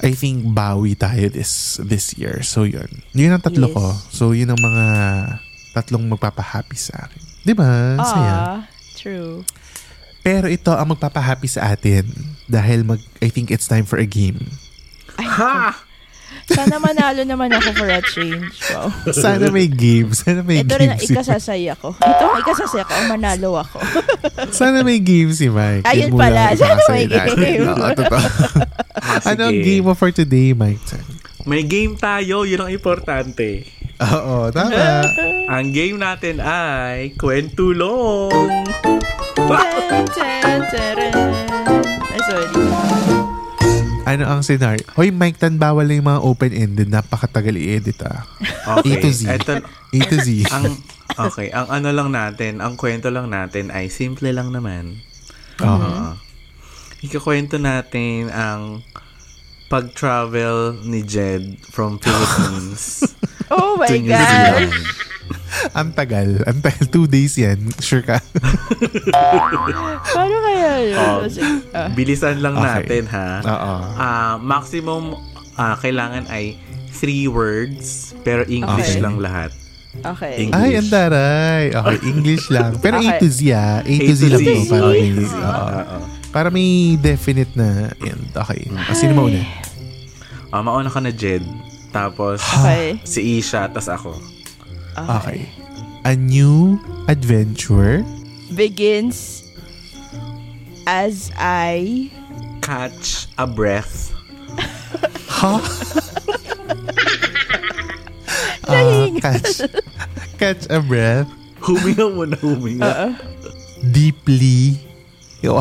I think bawi tayo this this year. So, yun. Yun ang tatlo
Yes.
ko. So, yun ang mga tatlong magpapahappy sa akin. Diba? Saya.
Ah, true.
Pero ito ang magpapahappy sa atin dahil mag, I think it's time for a game.
Ah,
Sana manalo naman ako for a change. Wow.
Sana may game. Sana may
Ito rin
game.
ang
si-
ikasasaya ko. Ito ang ikasasaya ko. Manalo ako.
Sana may game si Mike. Yun
Ayun
muna
pala,
ang
sana may
ikakasaya natin.
game.
Oo, totoo. ano ang
sige.
game mo for today, Mike? Chan?
May game tayo, yun ang importante.
Oo, tama.
Ang game natin ay Kwentulong!
Tan, tan, taran. Ay, sorry.
ano ang scenario? Hoy, Mike, tan bawal na yung mga open-ended. Napakatagal i-edit ah. A
Okay.
to Z.
Eto-
A to Z.
ang, okay, ang ano lang natin, ang kwento lang natin ay simple lang naman.
Oo.
Oo. Ikakwento natin ang pag-travel ni Jed from Philippines
Oh my
to New
God.
Zealand.
Ang tagal. Ang tagal. Two days yan. Sure ka?
Paano kaya yun?
Oh.
Sige. Ah.
Bilisan lang
Okay.
natin ha.
Oo.
Ah, maximum ah, kailangan ay three words pero English
Okay.
lang lahat.
Okay.
Ay, ang taray. Okay, English lang. Pero A to Z ah. A
A
to Z lang
to
to.
Z.
Para
Okay.
may, oo. ah. para may definite na end. Okay. Ah, sino mauna?
Ah, mauna ka na Jed. Tapos
Okay.
si Isha tas ako.
Okay. A new adventure.
Begins as I...
Catch a breath.
Ha? Ah, catch, catch a breath.
Huminga muna, huminga.
Deeply. Yo,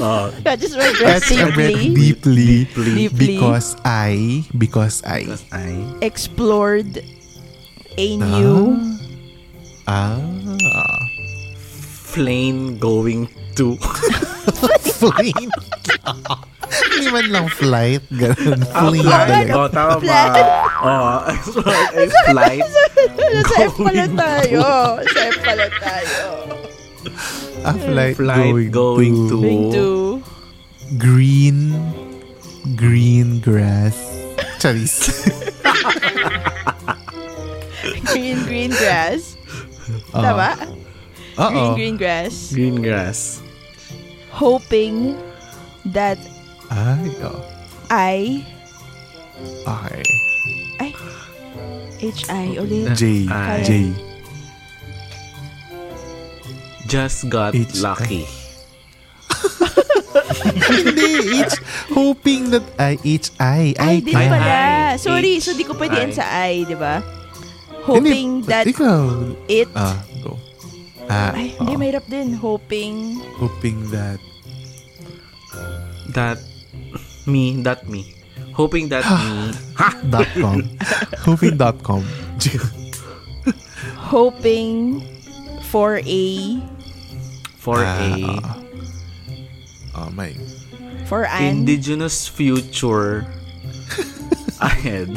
Ah,
Catches my breath
catch a breath
deeply.
deeply.
Deeply.
Deeply.
Because I, because I.
tas ay
Explored a new...
Ah.
plane going to
Flight. Hindi man lang flight. Ganun. Flight.
flight.
talaga.
Oh, tama ba? Oh, is flight.
Sa F pala tayo. Sa F pala tayo.
A flight,
Flight going to
Going to...
green green grass. Charis.
Green, green grass. Tama? Green,
Oo.
green grass.
green grass.
Hoping that
Ay, oh.
I...
Okay.
H-I ulit.
J.
Ay.
J.
Just got
It's-
lucky.
Hindi. H. Hoping that I. H. I.
Ay, di
I.
pala.
I,
Sorry,
H,
so di ko pwede yan
I.
sa I, di ba?
Hindi,
Hoping that
Ikaw.
it...
Ah, go. Ah,
Ay,
oh.
hindi, mahirap din. Hoping...
Hoping that.
That me, that me. Hoping that me.
Dot com. Hoping dot com. J-
Hoping for a...
For a
Ah. Oh, my.
For an...
indigenous future ahead.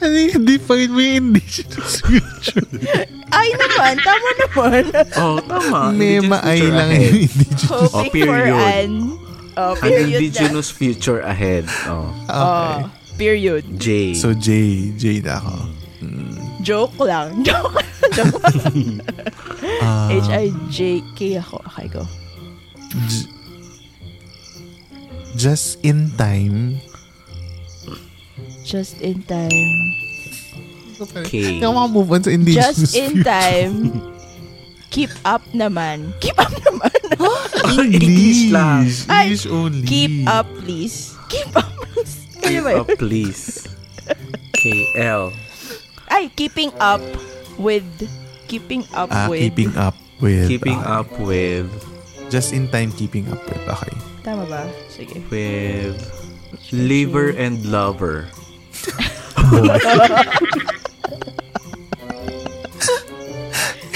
Ano yung define mo yung indigenous future?
Ay naman, tama naman.
oh, tama.
Mema
Indigenous
ay lang yung indigenous.
future ahead.
Hoping for
period.
an... Oh,
An
period na.
indigenous future ahead. Oh.
Okay.
Oh, period.
J.
So, J. J na ako.
Joke lang. Joke lang. Joke lang.
Ah.
H-I-J-K ako. Okay, go.
J- just in time.
Just in time.
K.
Kaya makamove on sa indigenous
Just in
future.
time. Keep up naman. Keep up naman.
English lang.
Ay,
English only.
Keep up, please. Keep up, please. Kaya ba
Oh,
yun?
please. K. L.
Ay, keeping up with... Keeping up
Ah,
with...
keeping up with.
Keeping
okay.
up with
Just in time keeping up with. Okay.
Tama ba? Sige.
with liver and lover.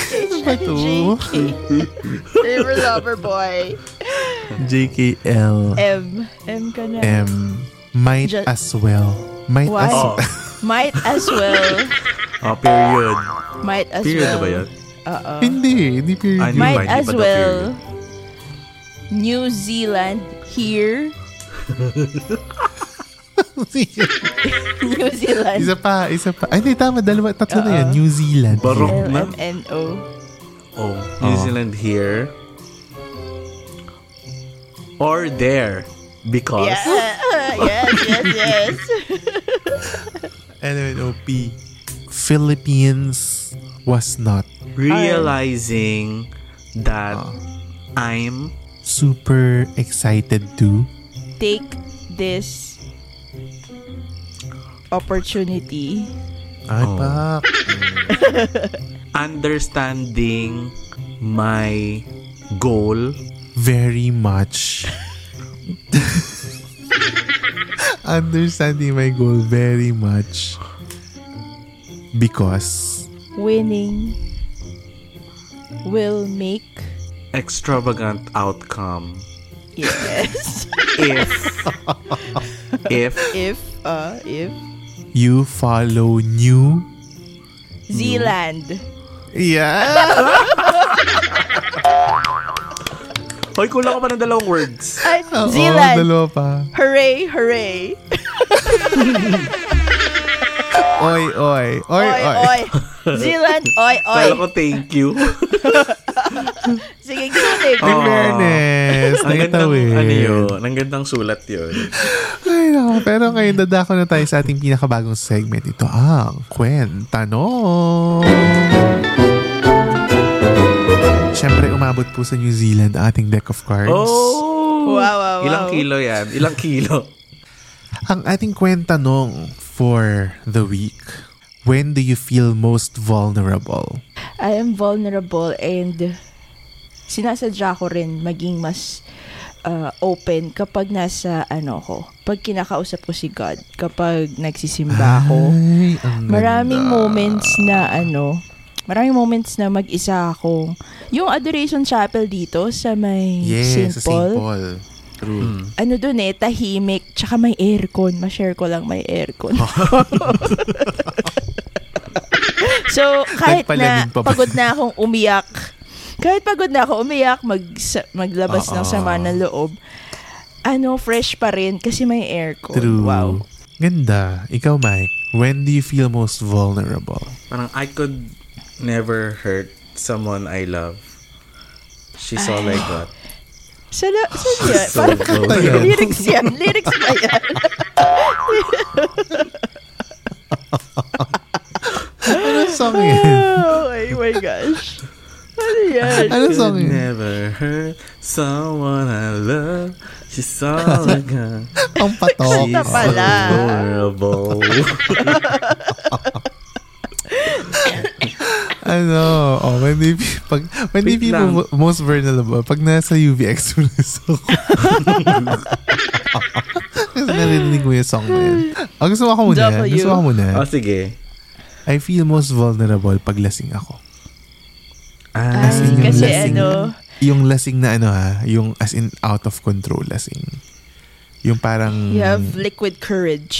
Ano ba to?
JK. River lover boy.
JKL.
M. M ka na.
M. Might
Ju-
as well. Might
Why?
as
Oh,
Might as well.
oh period.
Might as
Period na ba
well.
yan?
Oo.
Hindi, hindi
Ah,
period.
hindi.
Might
Might, di
as
ba daw
well. New Zealand here. New Zealand.
isa pa, isa pa. Ay, hindi, tama. Dalawa, tatlo na yan. New Zealand.
Barok na.
L-M-N-O.
Oh, New Zealand here. Or there. Because.
Yeah. yes, yes, yes.
LNOP. Philippines was not
realizing that I'm
super excited to
Take this opportunity.
Ay,
Oh.
pak.
understanding my goal.
Very much. Understanding my goal very much. Because
Winning will make
Extravagant outcome.
yes
If. if.
if uh if
you follow new.
Zealand
Yeah!
Hoy, kulang ka pa ng dalawang words.
Ay,
Oo,
Zealand
Oh, dalawa pa.
hooray hooray
Oy, oy. Oy,
oy
oy.
oy Zealand oy oy
Kala ko thank you.
sige kinig
In
Oo.
fairness,
ang gandang,
eh.
naitawid.
ano yun, ang gandang sulat yun.
Ay, nako. Pero ngayon, dadako na tayo sa ating pinakabagong segment. Ito ang Kwentanong! Siyempre, umabot po sa New Zealand ang ating deck of cards.
Oh!
Wow, wow, wow.
Ilang kilo yan? Ilang kilo?
Ang ating kwentanong for the week. When do you feel most vulnerable?
I am vulnerable and sinasadya ko rin maging mas uh, open kapag nasa ano ko pag kinakausap ko si God kapag
Ah,
nagsisimba ako
Ay, ang
Maraming moments na ano, maraming moments na mag-isa akong, yung Adoration Chapel dito sa may
Yes,
St.
sa
Paul,
St. Paul. True.
ano dun eh, tahimik, tsaka may aircon. Ma-share ko lang may aircon. so, kahit na
Nagpalamig pa ba?
pagod na akong umiyak, kahit pagod na ako umiyak, mag, maglabas ng
Oo.
sama ng loob, ano, fresh pa rin kasi may aircon.
True.
Wow.
Ganda. Ikaw, Mike. When do you feel most vulnerable?
Parang I could never hurt someone I love. She's all I got.
Sa, la- sa niya,
So
parang
vulnerable.
lyrics yan. Lyrics ba yan?
Anong Ano song yun?
Oh, ay, my gosh. Ano yan?
Anong song
Could
yun?
never hurt someone I love. She's all I got.
Ang patok.
Kanta
She's
pala.
so vulnerable.
Ano? Oh, when do you, pag, when do you
Wait
feel
lang.
mo- most vulnerable? Pag nasa UVX Express ako. Kasi narinig mo yung song na yun. Oh, gusto mo ako muna.
W.
Gusto mo ako muna.
oh, sige.
I feel most vulnerable pag lasing ako.
Ah,
Ay,
As in, yung
kasi
lasing-
ano,
Yung lasing na ano ha, yung as in out of control lasing. Yung parang...
you have liquid courage.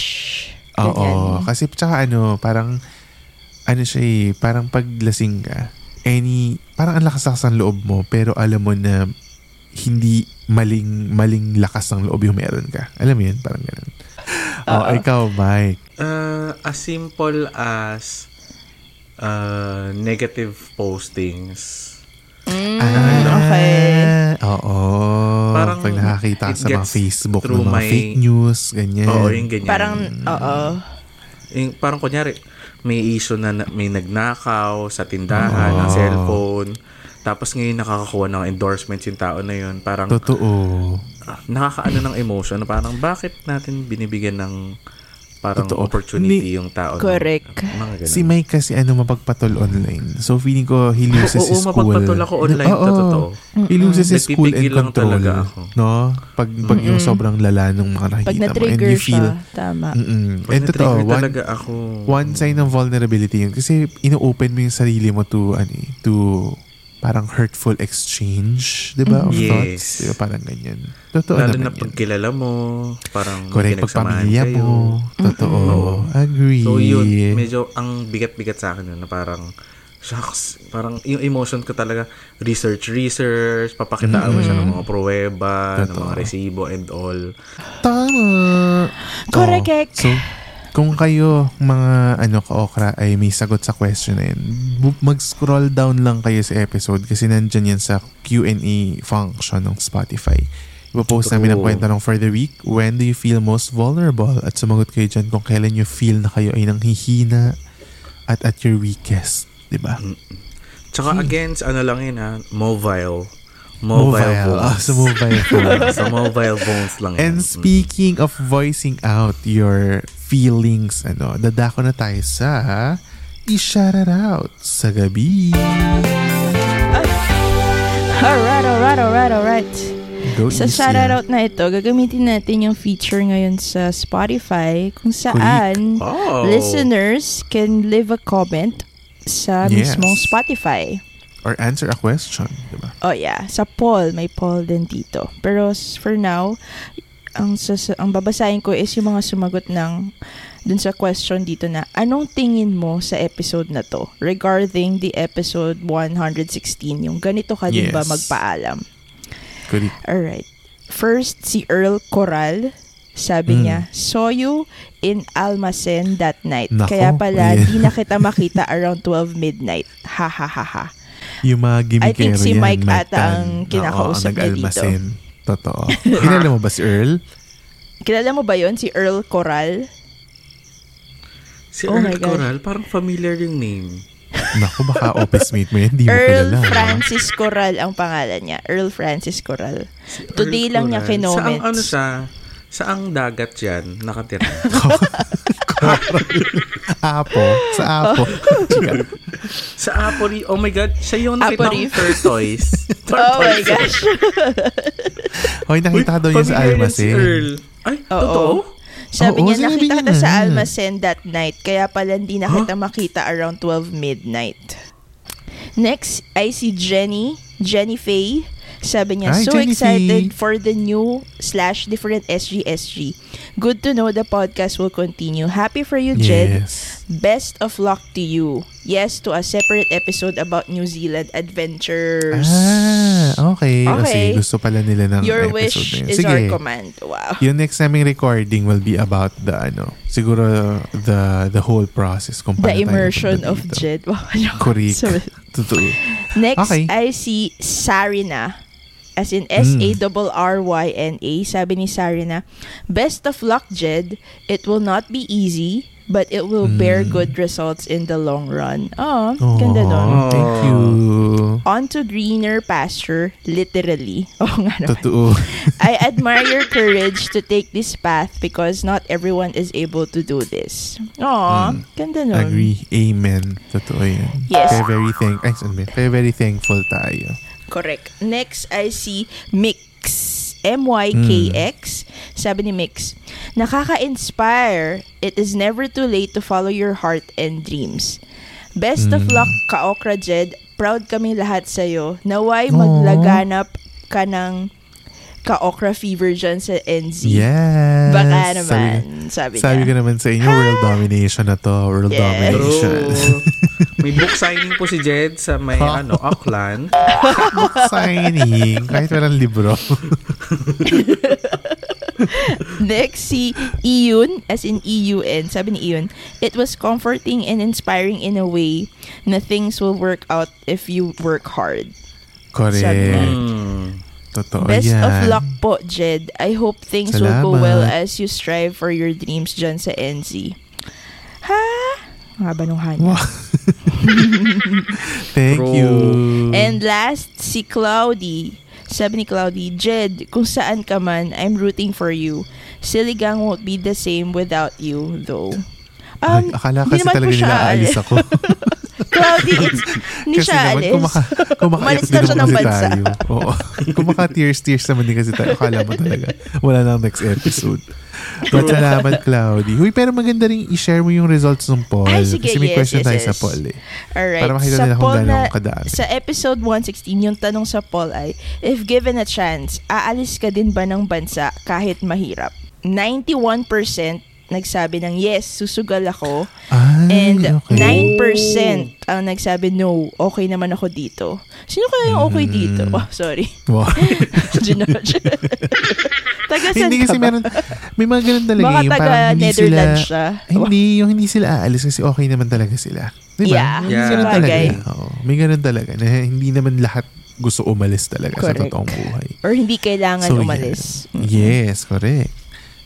Oo.
Ganyan.
Kasi tsaka ano, parang, ano siya eh, parang pag lasing ka, any, parang ang lakas-lakas ng loob mo, pero alam mo na hindi maling, maling lakas ng loob yung meron ka. Alam mo yun? Parang ganun. Oo, ikaw, Mike.
uh, as simple as uh, negative postings.
Mm, okay.
Ah, Oo.
Parang
pag nakakita ka
it
sa mga
gets
Facebook ng
through
mga
my-
fake news, ganyan.
Oo, yung ganyan.
Parang, oo.
Yung, parang kunyari, may issue na na- may nagnakaw sa tindahan
Ah.
ng cellphone. Tapos ngayon nakakakuha ng endorsements yung tao na yun. Parang
Totoo.
ah, nakakaano ng emotion. na Parang bakit natin binibigyan ng parang
Totoo. Hindi-
opportunity yung tao. na-
Correct.
Mga ganun.
Si Mike kasi ano mapagpatol online. So feeling ko he loses
Oo,
his school.
mapagpatol ako online,
Oo. Eh,
totoo.
He loses his school and
Nagpipigil lang
control.
talaga ako.
No? Pag, pag yung sobrang lala nung mga nakikita mo.
Pag
And
na-trigger
you feel...
siya, tama.
Mm-mm.
Pag
And totoo,
na-trigger
one,
talaga ako.
one sign ng vulnerability yun. Kasi ino-open mo yung sarili mo to, ano, eh, to parang hurtful exchange, di ba? Of
Yes.
thoughts, di ba? Parang ganyan. Totoo
Lalo na
naman
pag
yun.
kilala mo, parang
Correct, pag
pinagsamahan
pamilya
kayo.
mo. Totoo. Agree.
So yun, medyo ang bigat-bigat sa akin yun na parang, shucks, parang yung emotion ko talaga, research, research, papakitaan mo siya ng mga pruweba, ng
Totoo.
mga resibo and all.
Tama.
Correct,
Oo.
Kek.
So, kung kayo mga ano ka-okra ay may sagot sa question na yun, bu- mag-scroll down lang kayo sa episode kasi nandyan yan sa Q&A function ng Spotify. Ipopost namin ang
Totoo.
kwento ng for the week, when do you feel most vulnerable? At sumagot kayo dyan kung kailan you feel na kayo ay nanghihina at at your weakest. Diba?
Mm, Tsaka
Hmm.
against, ano lang yun ha, mobile. Mobile,
Mobile. Ah,
phones.
sa mobile phone.
sa mobile phones lang Mm. yan.
And speaking of voicing out your feelings, ano, dadako na tayo sa i-shout it out sa gabi.
Alright, alright, alright, alright.
Go
Sa
easy.
shoutout na ito, gagamitin natin yung feature ngayon sa Spotify kung saan
Oh.
listeners can leave a comment sa
Yes.
mismong Spotify.
Or answer a question, di ba?
Oh yeah, sa poll. May poll din dito. Pero s- for now, ang, sas- ang babasahin ko is yung mga sumagot ng dun sa question dito na anong tingin mo sa episode na to regarding the episode 116 yung ganito ka din ba
Yes.
magpaalam
Correct.
Alright. First, si Earl Coral.
Hmm.
Sabi niya, saw you in Almacen that night.
Nako.
Kaya pala,
Yeah.
di na kita makita around 12 midnight. Ha ha ha ha.
Yung mga
I think
gimmickero
si
yan,
Mike ata
Tan.
ang kinakausap
Oo, ang
niya dito.
nag-almasin. Totoo. Kilala mo ba si Earl?
Kilala mo ba yon si Earl Coral?
si
oh my
Earl
God.
Coral, parang familiar yung name.
Naku, baka office mate mo yan. Di mo
Earl
kilala.
Francis Coral ang pangalan niya. Earl Francis Coral. Today
Earl
lang niya
Coral. Saang
kinoments.
ano siya? Saang dagat yan nakatira?
Apo. Sa apo.
sa Apori. Oh my God, siya yung nakita
Apori.
kong tortoise.
Oh my gosh.
Hoy, nakita daw niya sa
familiar yan Si
Almasin.
Earl. Ay, totoo?
Sabi
Oo,
niya,
sinabi
nakita
niya
kita sa
na.
Almacen that night. Kaya pala hindi na kita makita around 12 midnight. Next, I see Jenny. Jenny Faye. Sabi niya,
Hi,
so
Jenny
excited
Faye."
for the new slash different SGSG. Good to know the podcast will continue. Happy for you, Jed.
Yes.
Best of luck to you. Yes to a separate episode about New Zealand adventures.
Ah, okay. O
Okay.
sige, gusto pala nila ng
Your
episode
wish
na yun.
is
Sige.
our command. Wow.
Yung next naming recording will be about the ano, siguro the the whole process kung paano
The immersion of
Jet.
Jed. Wow, ano?
Correct.
Sorry.
Totoo.
Next,
Okay.
I see Sarina. As in
Hmm.
S-A-R-R-Y-N-A. Sabi ni Sarina, Best of luck, Jed. It will not be easy, but it will
Hmm.
bear good results in the long run. Oh, ganda nun.
Aw, Thank you.
On to greener pasture, literally. Oo nga naman.
Totoo.
I admire your courage to take this path because not everyone is able to do this. Aw, ganda nun.
Hmm. Agree. Amen. Totoo yan.
Yes.
Kaya very, thank ay, sabi, kaya very thankful tayo.
Correct. Next, I see Mix. M-Y-K-X.
Hmm.
Sabi ni Mix, Nakaka-inspire. It is never too late to follow your heart and dreams. Best
Hmm.
of luck, Kaokra Jed. Proud kami lahat sa'yo. Naway maglaganap ka ng Kaokra fever dyan sa NZ.
Yes.
Baka
Sabi,
naman, sabi,
sabi ko
niya. Ah!
naman sa inyo, world domination na to. World
Yes.
domination.
True. May book signing po si Jed sa may ano, Auckland.
Signing. Kahit walang libro.
Next, si Iyun, as in E-U-N, sabi ni Iyun, it was comforting and inspiring in a way na things will work out if you work hard. Sabi niya.
Correct. Totoo
Best
yan.
of luck po, Jed. I hope things will
Oh,
go
Salamat.
well as you strive for your dreams dyan sa NZ. Ha? Ang Haba nung hanya.
Wow. Thank
True.
you.
And last, si Cloudy. Sabi ni Cloudy, Jed, kung saan ka man, I'm rooting for you. Siligang won't be the same without you, though.
Ay,
Um,
akala
hindi
kasi
naman po
talaga
siya
nila aalis
aalis.
ako.
Cloudy, it's, hindi
Kasi
siya
naman,
alis.
kumaka- kumakayap
Umalis
din
na siya
naman
ng
kasi
bansa.
tayo. Oo. Kumaka-tears-tears naman din kasi tayo. Akala mo talaga. Wala na ang next episode. But salamat, Cloudy. Huy, pero maganda rin i-share mo yung results ng poll.
Ay, sige,
kasi may
yes,
question
yes,
tayo sa
yes.
poll eh.
Alright.
Para makita
Sa
nila kung
poll
gano'ng
na-
kadami.
Sa episode 116, yung tanong sa poll ay, if given a chance, aalis ka din ba ng bansa kahit mahirap? 91% nagsabi ng yes, susugal ako.
Ay,
And
okay.
9% ang nagsabi no, okay naman ako dito. Sino kaya yung
Mm.
okay dito? Oh, sorry.
Wow.
Ginudge. Taga saan
hindi
ka
kasi
ba?
meron, may mga ganun talaga
Baka
yung
taga
parang hindi sila,
Netherlands siya.
hindi, yung hindi sila aalis kasi okay naman talaga sila. Di ba?
Yeah.
May
Yeah.
ganun
Bagay.
talaga. eh. Oo, may ganun talaga na hindi naman lahat gusto umalis talaga sa
Correct.
totoong buhay.
Or hindi kailangan
So,
umalis.
yeah.
Mm.
Yes, correct.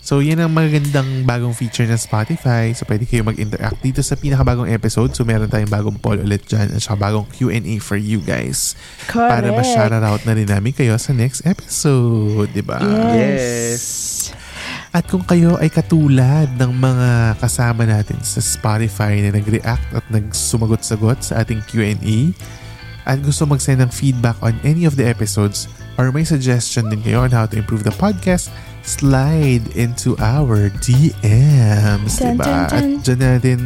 So, yan ang magandang bagong feature ng Spotify. So, pwede kayo mag-interact dito sa pinakabagong episode. So, meron tayong bagong poll ulit dyan at saka bagong Q&A for you guys.
Correct.
Para ma-shoutout na rin namin kayo sa next episode, di ba?
Yes.
At kung kayo ay katulad ng mga kasama natin sa Spotify na nag-react at nagsumagot-sagot sa ating Q&A at gusto mag-send ng feedback on any of the episodes or may suggestion din kayo on how to improve the podcast, slide into our DMs,
Dun,
diba?
dun, dun.
At dyan natin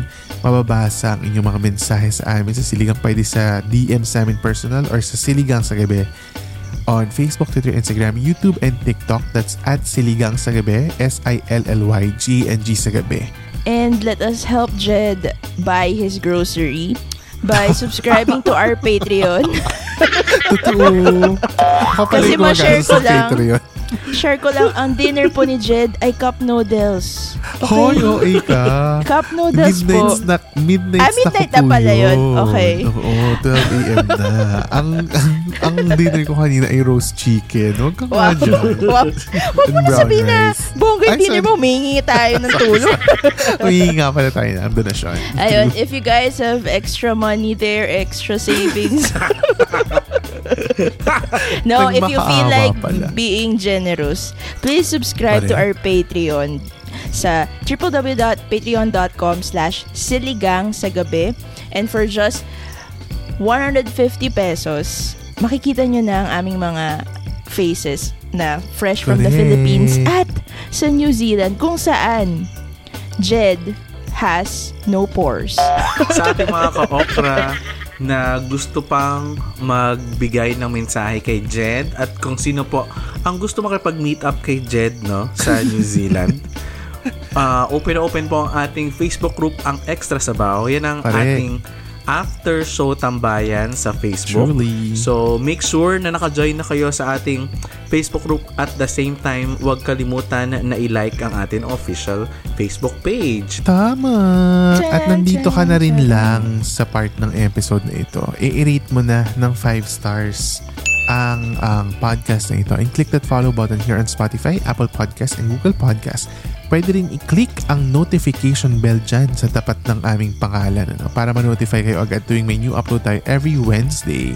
mababasa ang inyong mga mensahe sa amin sa Siligang pwede sa DM sa amin personal or sa Siligang sa Gabi on Facebook, Twitter, Instagram, YouTube, and TikTok. That's at Siligang sa Gabi, S-I-L-L-Y-G-N-G sa Gabi.
And let us help Jed buy his grocery by subscribing to our Patreon.
Totoo. Kapalit
Kasi
ko
ma-share
mag-ano sa
ko lang.
Patreon.
Share ko lang, ang dinner po ni Jed ay cup noodles.
Hoy, OA ka.
Cup noodles
Midnight
po.
snack, midnight
Ah,
snack
midnight
ko
na
po
pala yun. Okay.
Oo, 12 a.m. na. ang, ang, ang dinner ko kanina ay roast chicken. Huwag kang wow.
Wow.
dyan.
Wow. Huwag mo
And
na
brown
sabihin na
rice.
bongga
Ay,
yung dinner
sorry.
mo, humingi tayo ng tulong.
Umihinga pala tayo na. Ang donasyon.
Ayun, if you guys have extra money there, extra savings. no, if you feel
Nagmakaawa
like
pala.
being generous, please subscribe to our
Pare.
Patreon sa www.patreon.com slash siligang sa gabi. And for just 150 pesos, makikita nyo na ang aming mga faces na fresh from the
Correct.
Philippines at sa New Zealand kung saan Jed has no pores.
sa ating mga ka-okra na gusto pang magbigay ng mensahe kay Jed at kung sino po ang gusto makipag-meet up kay Jed no sa New Zealand. Ah, open na open po ang ating Facebook group ang Extra Sabaw. Yan ang
Correct.
ating after show tambayan sa Facebook.
Truly.
So make sure na naka-join na kayo sa ating Facebook group at the same time huwag kalimutan na i-like ang ating official Facebook page.
Tama. At nandito ka na rin lang sa part ng episode na ito. I-rate mo na ng 5 stars ang ang podcast na ito. And click that follow button here on Spotify, Apple Podcast, and Google Podcast. Pwede rin i-click ang notification bell dyan sa tapat ng aming pangalan ano, para ma-notify kayo agad tuwing may new upload tayo every Wednesday.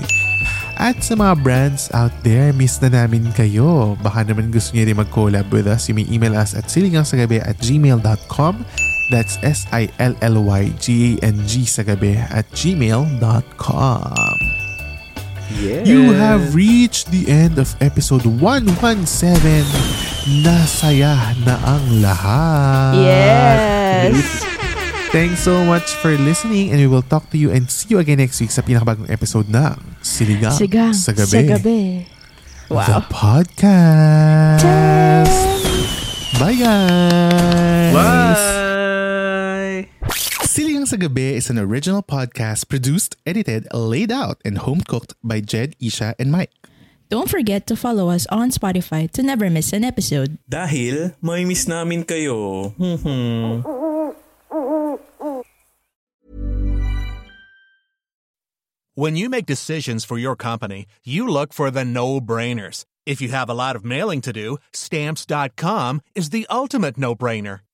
At sa mga brands out there, miss na namin kayo. Baka naman gusto niyo rin mag-collab with us. You may email us at siligangsagabi at gmail.com. That's S-I-L-L-Y-G-A-N-G sagabi at gmail.com.
Yes.
You have reached the end of episode 117. Nasaya na ang lahat.
Yes.
Thanks so much for listening and we will talk to you and see you again next week sa pinakabagong episode ng Siligang, Ah,
Sigang
sa Gabi.
Sa gabi.
The
Wow.
podcast. Bye guys.
Bye!
Siligang sa Gabi is an original podcast produced, edited, laid out, and home cooked by Jed, Isha, and Mike.
Don't forget to follow us on Spotify to never miss an episode.
Dahil may miss namin kayo.
When you make decisions for your company, you look for the no brainers. If you have a lot of mailing to do, stamps.com is the ultimate no brainer.